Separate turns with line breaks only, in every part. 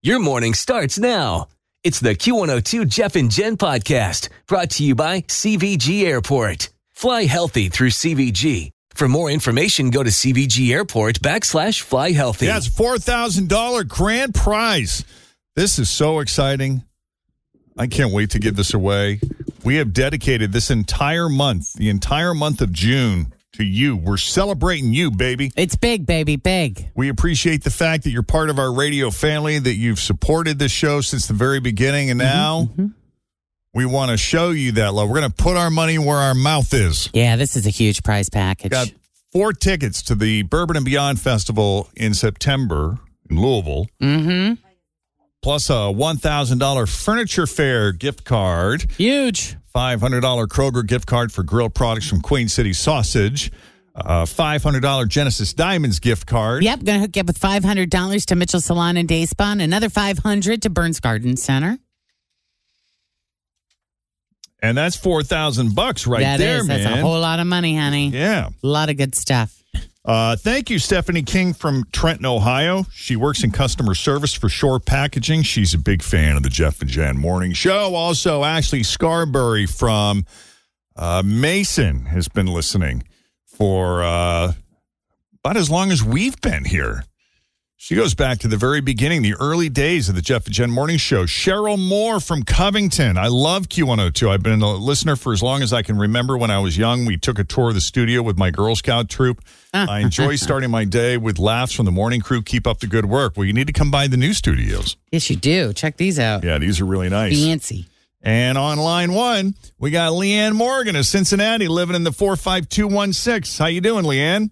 Your morning starts now. It's the Q102 Jeff and Jen podcast brought to you by CVG Airport. Fly healthy through CVG. For more information, go to CVG Airport backslash fly healthy.
Yeah, it's $4,000 grand prize. This is so exciting. I can't wait to give this away. We have dedicated this entire month, the entire month of June, to you. We're celebrating you, baby.
It's big, baby, big.
We appreciate the fact that you're part of our radio family, that you've supported this show since the very beginning. And
Mm-hmm,
now we want to show you that love. We're going to put our money where our mouth is.
Yeah, this is a huge prize package.
Got four tickets to the Bourbon and Beyond Festival in September in Louisville,
Mm-hmm.
plus a $1,000 furniture fair gift card.
Huge.
$500 Kroger gift card for grill products from Queen City Sausage, uh, $500 Genesis Diamonds gift card.
Yep, gonna hook you up with five hundred dollars to Mitchell Salon and Day Spun, another five hundred to Burns Garden Center.
And that's 4000 bucks right
That
there,
is-
man.
that's a whole lot of money, honey.
yeah.
A lot of good stuff.
Uh, thank you, Stephanie King from Trenton, Ohio. She works in customer service for Shore Packaging. She's a big fan of the Jeff and Jan Morning Show. Also, Ashley Scarberry from uh, Mason has been listening for uh, about as long as we've been here. She goes back to the very beginning, the early days of the Jeff and Jen Morning Show. Cheryl Moore from Covington. I love Q102. I've been a listener for as long as I can remember when I was young. We took a tour of the studio with my Girl Scout troop. I enjoy starting my day with laughs from the morning crew. Keep up the good work. Well, you need to come by the new studios.
Yes, you do. Check these out.
Yeah, these are really nice.
Fancy.
And on line one, we got Leanne Morgan of Cincinnati living in the 45216. How you doing, Leanne?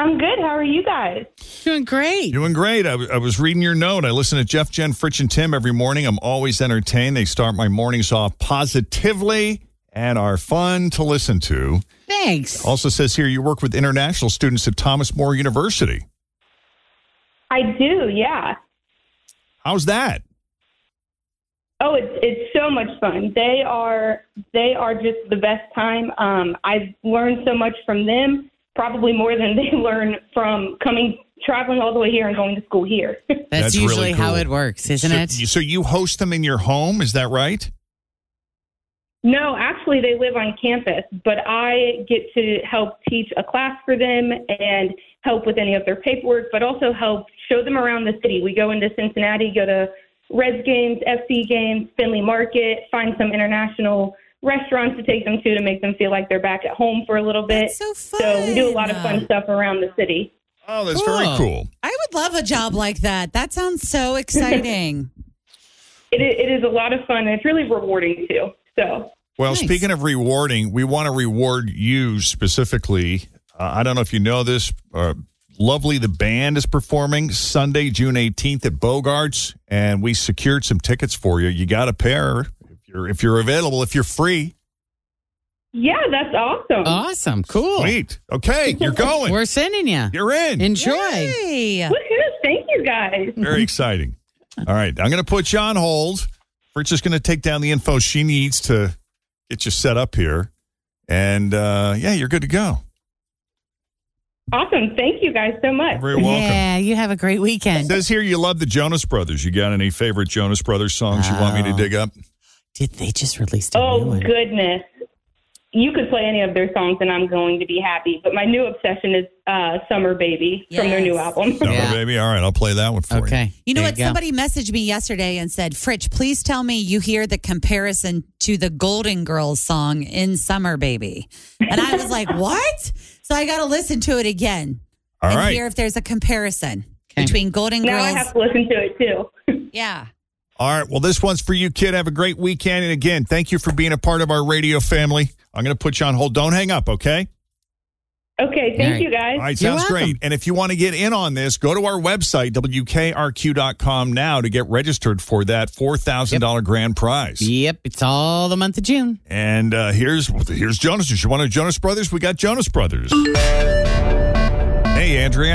I'm good. How are you guys?
Doing great.
Doing great. I, I was reading your note. I listen to Jeff, Jen, Fritch, and Tim every morning. I'm always entertained. They start my mornings off positively and are fun to listen to.
Thanks.
Also says here you work with international students at Thomas More University.
I do, yeah.
How's that?
Oh, it's it's so much fun. They are they are just the best time. Um, I've learned so much from them, probably more than they learn from coming traveling all the way here and going to school here.
That's,
That's really
usually how
cool.
it works, isn't
so,
it?
you- So you host them in your home, is that right?
no, actually, they live on campus, but I get to help teach a class for them and help with any of their paperwork, but also help show them around the city. We go into Cincinnati, go to Reds games, FC games, Finley Market, find some international restaurants to take them to to make them feel like they're back at home for a little bit.
That's so
So we do a lot of
fun.
fun stuff around the city.
Oh, that's very
Cool.
cool.
I would love a job like that. That sounds so exciting.
It, i- it is a lot of fun, and it's really rewarding too. So
Well,
Nice.
speaking of rewarding, we want to reward you specifically. Uh, I don't know if you know this. Uh, Lovely, the band is performing Sunday, June 18th at Bogarts, and we secured some tickets for you. You got a pair if you're if you're available, if you're free.
yeah, that's awesome.
awesome. Cool.
Sweet. Okay, you're going.
We're sending you.
you're in.
Enjoy.
Yay.
Woohoo! Thank you guys.
Very exciting. All right, I'm going to put you on hold. We're just going to take down the info she needs to get you set up here, and uh, yeah, you're good to go.
Awesome. Thank you guys so much.
You're very welcome.
Yeah, you have a great
It
weekend.
says here you love the Jonas Brothers. You got any favorite Jonas Brothers songs you want me to
Oh.
dig up?
Did they just release a new
Oh
one?
goodness. you could play any of their songs and I'm going to be happy. But my new obsession is uh, Summer Baby from their new
Yes.
album.
Summer
Yeah.
baby. All right, I'll play that one for you.
Okay.
You know
There
what?
go.
Somebody messaged me yesterday and said, Fritch, please tell me you hear the comparison to the Golden Girls song in Summer Baby. And I was like, what? So I got to listen to it again
All
and
right.
hear if there's a comparison
Okay.
between Golden
now I
Girls.
have to listen to it too.
yeah.
All right. Well, this one's for you, kid. Have a great weekend. And again, thank you for being a part of our radio family. I'm going to put you on hold. Don't hang up, okay?
Okay, thank
Alright.
you guys.
All right.
You're
Sounds great.
welcome.
And if you want to get in on this, go to our website, wkrq.com, now to get registered for that $4,000 grand prize.
Yep, it's all the month of June.
And uh, here's here's Jonas. If you want to Jonas Brothers, we got Jonas Brothers. Hey, Andrea.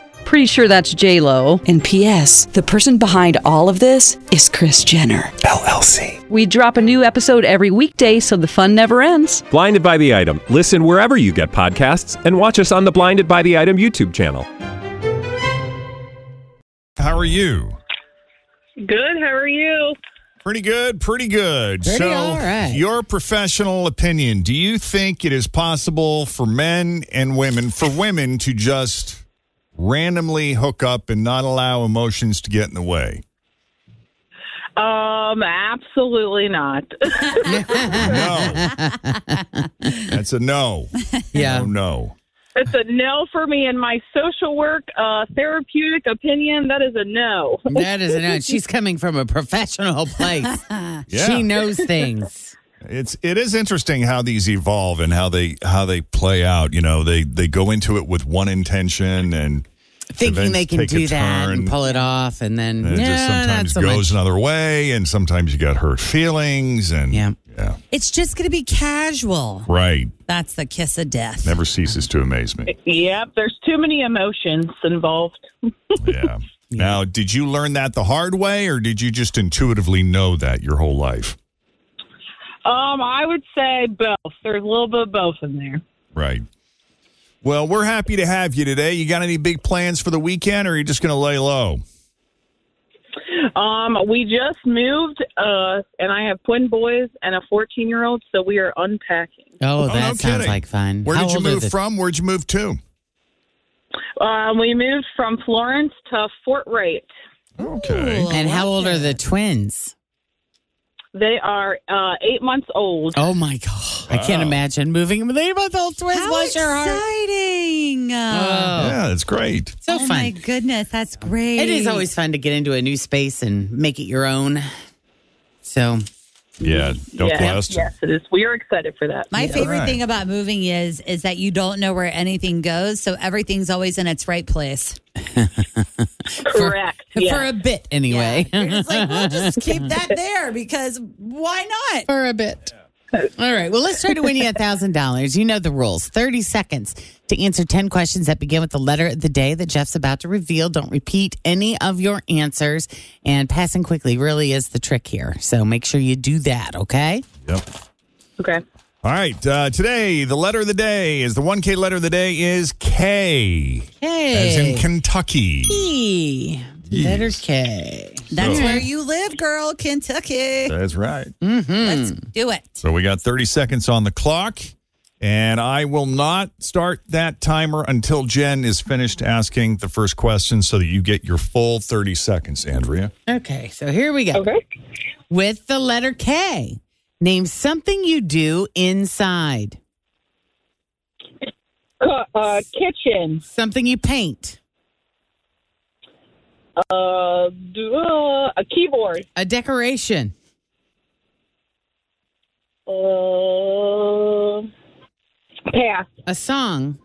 Pretty sure that's J Lo. And P.S. The person behind all of this is Chris Jenner LLC. We drop a new episode every weekday, so the fun never ends.
Blinded by the item. Listen wherever you get podcasts, and watch us on the Blinded by the Item YouTube channel.
How are you?
Good. How are you?
Pretty good, pretty good.
Pretty
so,
all right.
your professional opinion, do you think it is possible for men and women, for women to just randomly hook up and not allow emotions to get in the way?
Um, absolutely not.
No. That's a no. No,
Yeah.
no.
it's a no for me in my social work, uh, therapeutic opinion. That is a no.
That is it. She's coming from a professional place.
Yeah.
She knows things.
It's it is interesting how these evolve and how they how they play out. You know, they they go into it with one intention and
Thinking they
events
can
take a
do that
turn.
and pull it off and then
And it
yeah,
just sometimes
not so
goes
much.
another way, and sometimes you got hurt feelings, and
Yeah.
It's just going to be casual.
right,
That's the kiss of death.
never ceases to amaze me.
Yep, there's too many emotions involved.
Yeah. Now, did you learn that the hard way, or did you just intuitively know that your whole life?
Um, I would say both. There's a little bit of both in there.
Right. Well, we're happy to have you today. You got any big plans for the weekend, or are you just going to lay low?
Um, we just moved, uh, and I have twin boys and a 14 year old, so we are unpacking.
Oh,
Oh,
that
no
sounds
kidding.
like fun.
Where
How
did you
old is
move
it?
from? Where'd you move to?
Um, we moved from Florence to Fort Wright.
Okay.
And how old are the twins?
They are uh, eight months old.
Oh my god! I can't imagine moving with eight month old twins.
How
Bless your heart.
exciting. Uh,
Oh,
Yeah, that's great.
so
oh,
fun.
my goodness. That's great.
It is always fun to get into a new space and make it your own. So
Yeah, no
yes,
quest.
yes, it is. We are excited for that.
My
Yes.
favorite
Right.
thing about moving is is that you don't know where anything goes, so everything's always in its right place.
Correct. yes.
for a bit, anyway.
It's like we'll just keep that there because why not?
for a bit. All right. Well, let's try to win you a thousand dollars. You know the rules. Thirty seconds to answer ten questions that begin with the letter of the day that Jeff's about to reveal. Don't repeat any of your answers. And passing quickly really is the trick here. So make sure you do that. Okay.
Yep.
Okay.
All right. Uh, today, the letter of the day is the 1K letter of the day is K, as in
Hey.
Kentucky.
K. Letter K.
That's
So-
where you live, girl, Kentucky.
That's right.
Mm-hmm.
Let's do it.
So we got 30 seconds on the clock, and I will not start that timer until Jen is finished asking the first question so that you get your full 30 seconds, Andrea.
Okay. So here we go.
Okay.
With the letter K, name something you do inside,
Cu- Uh, kitchen.
something you paint,
Uh, d- uh, a keyboard.
a decoration,
Uh, pass.
a song.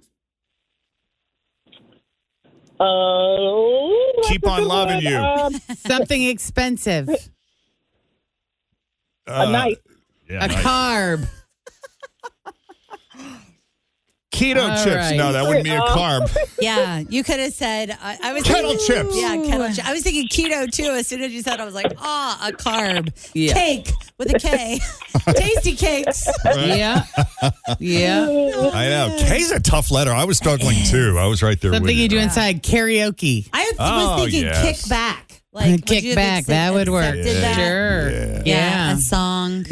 Uh,
Keep on loving you.
Uh,
Something expensive.
a knife.
Uh, Yeah,
A
nice.
carb.
Keto
All
chips.
right.
No, that wouldn't be a carb.
Yeah, you could have said I, I was
Kettle chips.
Yeah, kettle chips. I was thinking keto too. As soon as you said, I was like, ah, a carb
Yeah.
cake with a K, tasty cakes.
Yeah. Yeah.
I know. K's a tough letter. I was struggling too. I was right there with
Something
you.
you do inside karaoke.
I was
Oh,
thinking
yes.
kick back, like would you
Kick
have
back.
accept-
That would work.
accepted that?
Sure.
Yeah.
Yeah.
Yeah,
Yeah.
a song,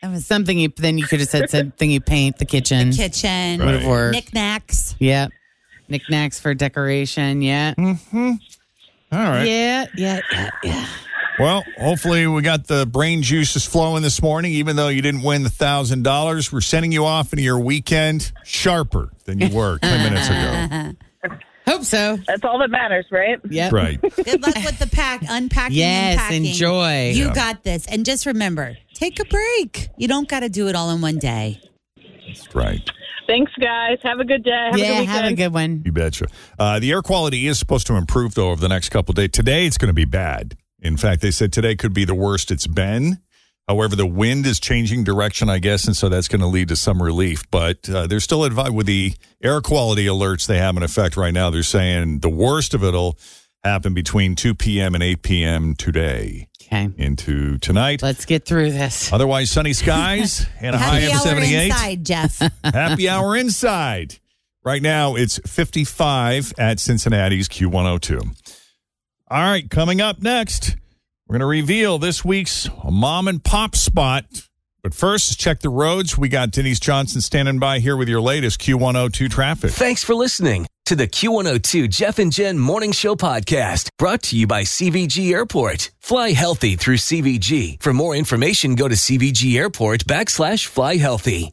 That was-
Something you then you could have said something you paint the kitchen.
kitchen,
Would have
Right.
worked.
knickknacks.
Yep. Knickknacks for decoration. Yeah.
All right.
Yeah. Yeah. yeah, yeah.
Well, hopefully we got the brain juices flowing this morning. Even though you didn't win the thousand dollars, we're sending you off into your weekend sharper than you were ten minutes ago.
Uh-huh.
Hope so.
That's all that matters, right?
Yep.
Right.
Good luck with the pack, unpacking.
Yes,
and packing.
enjoy.
You
Yeah.
got this. And just remember, take a break. You don't got to do it all in one day.
Right.
Thanks, guys. Have a good day. Have a good
yeah.
weekend.
Have a good one.
You betcha. Uh, the air quality is supposed to improve though over the next couple of days. Today it's going to be bad. In fact, they said today could be the worst it's been. However, the wind is changing direction, I guess, and so that's going to lead to some relief. But uh, they're still advised with the air quality alerts they have in effect right now. They're saying the worst of it'll happen between 2 p.m. and 8 p.m. today
Okay.
into tonight.
Let's get through this.
Otherwise, sunny skies and a high
Happy
of
hour
78.
inside, Jeff.
Happy hour inside. Right now, it's 55 at Cincinnati's Q102. All right, coming up next, we're going to reveal this week's mom and pop spot. But first, check the roads. We got Denise Johnson standing by here with your latest Q102 traffic.
Thanks for listening to the Q102 Jeff and Jen Morning Show podcast brought to you by CVG Airport. Fly healthy through CVG. For more information, go to CVG Airport backslash fly healthy.